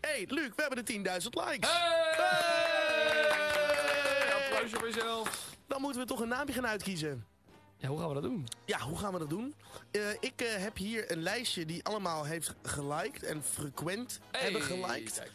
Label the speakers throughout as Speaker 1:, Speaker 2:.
Speaker 1: hey, Luc, we hebben de 10.000 likes.
Speaker 2: Hey! Applausje voor jezelf.
Speaker 1: Dan moeten we toch een naamje gaan uitkiezen.
Speaker 2: Ja, hoe gaan we dat doen?
Speaker 1: Ja, hoe gaan we dat doen? Eh, ik eh, heb hier een lijstje die allemaal heeft geliked en frequent hebben geliked.
Speaker 2: Kijk.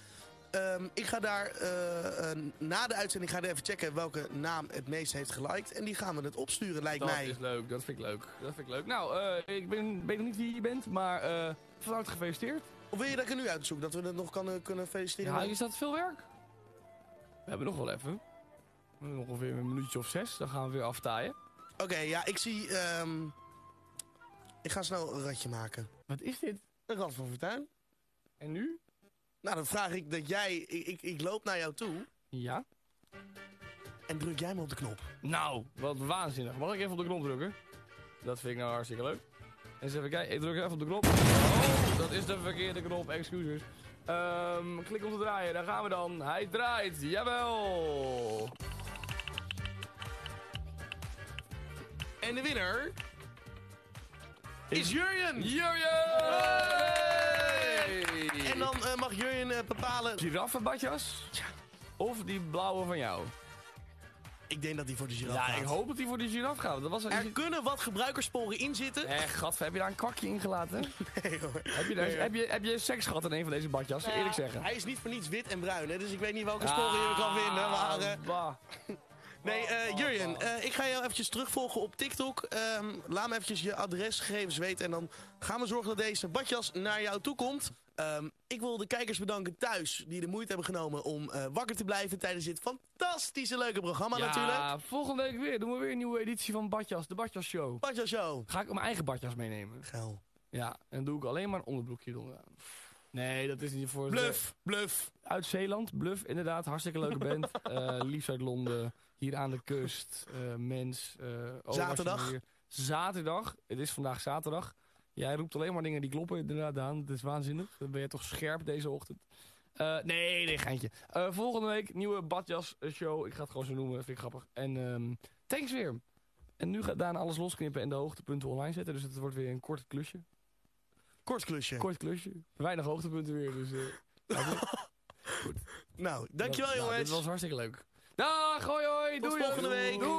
Speaker 1: Ehm, ik ga daar eh, eh, na de uitzending ga ik even checken welke naam het meest heeft geliked. En die gaan we het opsturen, lijkt
Speaker 2: Dat
Speaker 1: mij.
Speaker 2: is leuk, dat vind ik leuk. Dat vind ik leuk. Nou, eh, ik ben, weet nog niet wie je bent, maar eh van harte gefeliciteerd.
Speaker 1: Of wil je dat ik er nu uitzoek, dat we het nog kan, eh, kunnen feliciteren?
Speaker 2: Ja, is dat veel werk? We hebben nog wel even. We hebben Ongeveer een minuutje of zes, dan gaan we weer aftaaien.
Speaker 1: Oké, ja, ik zie... ehm, ik ga snel een radje maken.
Speaker 2: Wat is dit?
Speaker 1: Een rad van Fortuin.
Speaker 2: En nu?
Speaker 1: Nou, dan vraag ik dat jij... Ik, ik, ik loop naar jou toe
Speaker 2: Ja.
Speaker 1: en druk jij me op de knop.
Speaker 2: Nou, wat waanzinnig. Mag ik even op de knop drukken? Dat vind ik nou hartstikke leuk. Eens even kijken, ik druk even op de knop. Oh, dat is de verkeerde knop, excuses. Ehm, klik om te draaien, daar gaan we dan. Hij draait, jawel!
Speaker 1: En de winnaar... Is Jurjen!
Speaker 2: Jurjen!
Speaker 1: En dan eh, mag Jurjen eh, bepalen...
Speaker 2: Giraffenbadjas? Of die blauwe van jou?
Speaker 1: Ik denk dat hij voor de giraf
Speaker 2: Ja,
Speaker 1: gaat.
Speaker 2: ik hoop dat die voor die giraf gaat. want Dat was een...
Speaker 1: Er kunnen wat gebruikersporen in zitten.
Speaker 2: Eh, gadver, heb je daar een kwakje in gelaten?
Speaker 1: Nee, hoor.
Speaker 2: heb, je daar, heb, je, heb je seks gehad in een van deze badjassen? Eerlijk zeggen.
Speaker 1: Hij is niet voor niets wit en bruin, hè, dus ik weet niet welke sporen je kan vinden. Maar, eh,
Speaker 2: Ah, bah.
Speaker 1: nee, eh, Jurjen, eh, ik ga jou eventjes terugvolgen op TikTok. Ehm, laat me eventjes je adresgegevens weten en dan gaan we zorgen dat deze badjas naar jou toe komt. Ehm, ik wil de kijkers bedanken thuis die de moeite hebben genomen om eh, wakker te blijven tijdens dit fantastische leuke programma natuurlijk.
Speaker 2: Ja, volgende week weer. Doen we weer een nieuwe editie van Badjas, de Badjas Show.
Speaker 1: Badjas Show.
Speaker 2: Ga ik mijn eigen badjas meenemen.
Speaker 1: Geil.
Speaker 2: Ja, en dan doe ik alleen maar een onderbroekje onderaan. Nee, dat is niet voor...
Speaker 1: Bluff, bluff.
Speaker 2: Uit Zeeland, Bluff, inderdaad. Hartstikke leuke band. Eh, liefst uit Londen, hier aan de kust. eh, mens. eh, oh, was je
Speaker 1: Zaterdag?
Speaker 2: hier. Zaterdag. Het is vandaag zaterdag. Jij roept alleen maar dingen die kloppen inderdaad aan. Dat is waanzinnig. Dan ben je toch scherp deze ochtend. Eh, nee, nee, geintje. Eh, volgende week nieuwe Badjas eh, show. Ik ga het gewoon zo noemen. Vind ik grappig. En ehm, thanks weer. En nu gaat Daan alles losknippen en de hoogtepunten online zetten. Dus het wordt weer een kort klusje.
Speaker 1: Kort klusje.
Speaker 2: Kort klusje. Weinig hoogtepunten weer. Dus, eh,
Speaker 1: Nou, dankjewel
Speaker 2: dat- nou,
Speaker 1: jongens.
Speaker 2: dit Nou, was hartstikke leuk. Dag, hoi hoi.
Speaker 1: Tot
Speaker 2: doei,
Speaker 1: volgende
Speaker 2: doei.
Speaker 1: week.
Speaker 2: Doei.